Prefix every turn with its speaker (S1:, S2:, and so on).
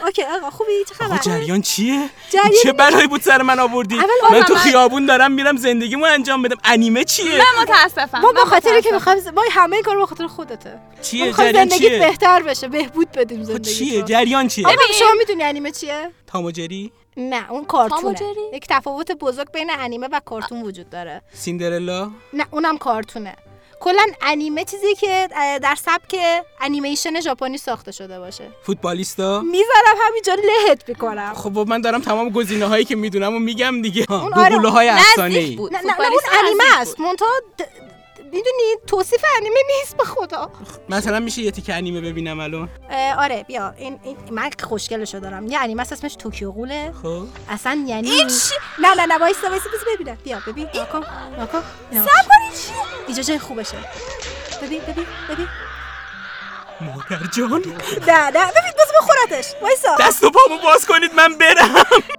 S1: اوکی آقا خوبی چه
S2: آقا
S1: خبر
S2: جریان چیه؟
S1: جریان-
S2: چه بلایی بود سر من آوردی؟
S1: اول
S2: من تو
S3: من-
S2: خیابون دارم میرم زندگیمو انجام بدم انیمه چیه؟
S3: من متاسفم
S1: ما
S3: من
S1: به خاطر که
S3: متاسفم.
S1: میخوایم ما همه این کار به خاطر خودته ما
S2: چیه
S1: میخوایم
S2: جریان
S1: خب زندگیت
S2: چیه؟
S1: بهتر بشه بهبود بدیم
S2: خب
S1: زندگی
S2: چیه؟ جریان چیه؟
S3: ببین.
S1: شما میدونی انیمه چیه
S2: تام و جری؟
S1: نه اون
S3: تام و
S1: کارتونه
S3: جری؟
S1: یک تفاوت بزرگ بین انیمه و کارتون وجود داره
S2: سیندرلا؟
S1: نه اونم کارتونه کلا انیمه چیزی که اه، در سبک انیمیشن ژاپنی ساخته شده باشه
S2: فوتبالیستا؟
S1: میذارم همینجا لهت میکنم
S2: خب بابا من دارم تمام گزینه هایی که میدونم و میگم دیگه
S1: اون آره،
S2: گوگوله های
S3: نزدیک
S2: افسانه
S3: بود
S1: نه نه نه، اون
S3: فوتبالیست
S1: انیمه
S3: نزدیک
S1: است
S3: بود.
S1: منتها میدونی توصیف انیمه نیست به خدا
S2: مثلا میشه یه تیکه انیمه ببینم الان
S1: اه، آره بیا این, این من خوشگلشو دارم یه انیمه است اسمش توکیو غوله
S2: خب
S1: اصلا یعنی
S3: این چی؟
S1: نه نه نه وایسا وایسا بس ببینم بیا ببین ناکن ناکن
S3: صبر کنید چی؟
S1: اینجا جای خوبشه ببین ببین ببین
S2: مادر جان
S1: نه نه ببین بس بخورتش وایسا
S2: دست و پامو باز کنید من برم